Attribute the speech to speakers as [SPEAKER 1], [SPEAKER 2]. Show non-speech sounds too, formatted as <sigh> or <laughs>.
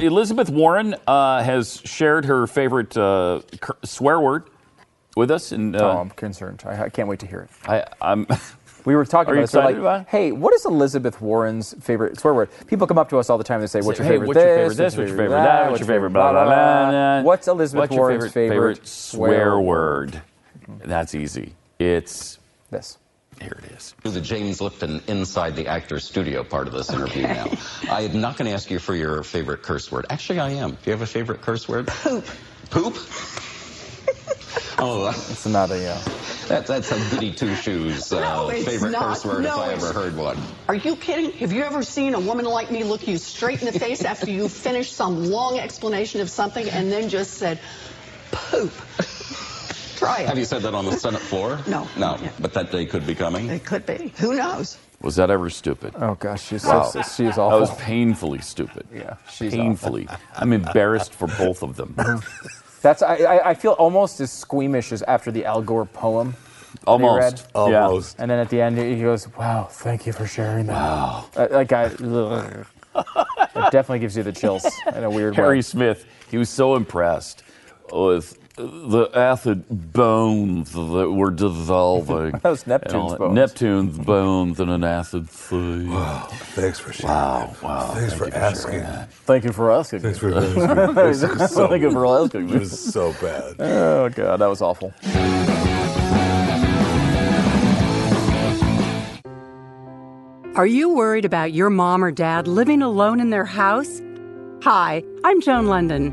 [SPEAKER 1] Elizabeth Warren uh, has shared her favorite uh, cur- swear word with us, and
[SPEAKER 2] Oh,
[SPEAKER 1] uh,
[SPEAKER 2] I'm concerned. I, I can't wait to hear it.
[SPEAKER 1] I, I'm
[SPEAKER 2] We were
[SPEAKER 1] Are
[SPEAKER 2] talking about
[SPEAKER 1] you
[SPEAKER 2] it, so like,
[SPEAKER 1] excited about it?
[SPEAKER 2] hey, what is Elizabeth Warren's favorite swear word? People come up to us all the time and say, what's
[SPEAKER 1] <laughs>
[SPEAKER 2] your
[SPEAKER 1] Hey,
[SPEAKER 2] favorite
[SPEAKER 1] what's your favorite
[SPEAKER 2] this?
[SPEAKER 1] this? What's your favorite that? What's your favorite blah blah blah? blah.
[SPEAKER 2] What's Elizabeth
[SPEAKER 1] What's your
[SPEAKER 2] Warren's
[SPEAKER 1] favorite,
[SPEAKER 2] favorite,
[SPEAKER 1] swear word? That's easy. It's
[SPEAKER 2] This.
[SPEAKER 1] here it is.
[SPEAKER 3] to the James Lipton inside the actor's studio part of this interview now. I am not going to ask you for your favorite curse word. Actually, I am. Do you have a favorite curse word? Poop. Poop? <laughs> oh,
[SPEAKER 2] It's not a. Uh,
[SPEAKER 3] that, that's a goody two shoes uh,
[SPEAKER 4] No, it's
[SPEAKER 3] favorite
[SPEAKER 4] not.
[SPEAKER 3] curse word
[SPEAKER 4] No,
[SPEAKER 3] if I
[SPEAKER 4] it's-
[SPEAKER 3] ever heard one.
[SPEAKER 4] Are you kidding? Have you ever seen a woman like me look you straight in the face after you finish some long explanation of something and then just said, poop? Try
[SPEAKER 3] Have
[SPEAKER 4] it.
[SPEAKER 3] you said that on the Senate floor?
[SPEAKER 4] No.
[SPEAKER 3] No,
[SPEAKER 4] Yeah.
[SPEAKER 3] but that day could be coming.
[SPEAKER 4] It could be. Who knows?
[SPEAKER 1] Was that ever stupid?
[SPEAKER 2] oh gosh, she's
[SPEAKER 1] Wow.
[SPEAKER 2] so she is
[SPEAKER 1] That
[SPEAKER 2] awful.
[SPEAKER 1] was painfully stupid.
[SPEAKER 2] Yeah, she's awful.
[SPEAKER 1] painfully. I'm embarrassed for both of them.
[SPEAKER 2] <laughs> That's I, I I feel almost as squeamish as after the Al Gore poem.
[SPEAKER 1] Almost.
[SPEAKER 2] read?
[SPEAKER 1] Yeah.
[SPEAKER 5] Almost.
[SPEAKER 2] And then at the end, he goes, "Wow, thank you for sharing that." Wow. Like I, <laughs> ugh. it definitely gives you the chills in a weird
[SPEAKER 1] Harry
[SPEAKER 2] way.
[SPEAKER 1] Smith, he was so impressed with the acid bones that were
[SPEAKER 5] <laughs>
[SPEAKER 1] dissolving.
[SPEAKER 2] That was
[SPEAKER 1] And all
[SPEAKER 2] Neptune's
[SPEAKER 1] that.
[SPEAKER 2] bones.
[SPEAKER 1] Neptune's bones in an acid sea.
[SPEAKER 5] Thanks for sharing. Wow, wow. Thanks for asking.
[SPEAKER 2] Thank you for asking.
[SPEAKER 1] <laughs>
[SPEAKER 5] Thanks for This is so,
[SPEAKER 2] Thank you for
[SPEAKER 5] <laughs>
[SPEAKER 2] asking.
[SPEAKER 5] this is so bad.
[SPEAKER 2] Oh god, that was awful.
[SPEAKER 6] Are you worried about your mom or dad living alone in their house? Hi, I'm Joan London.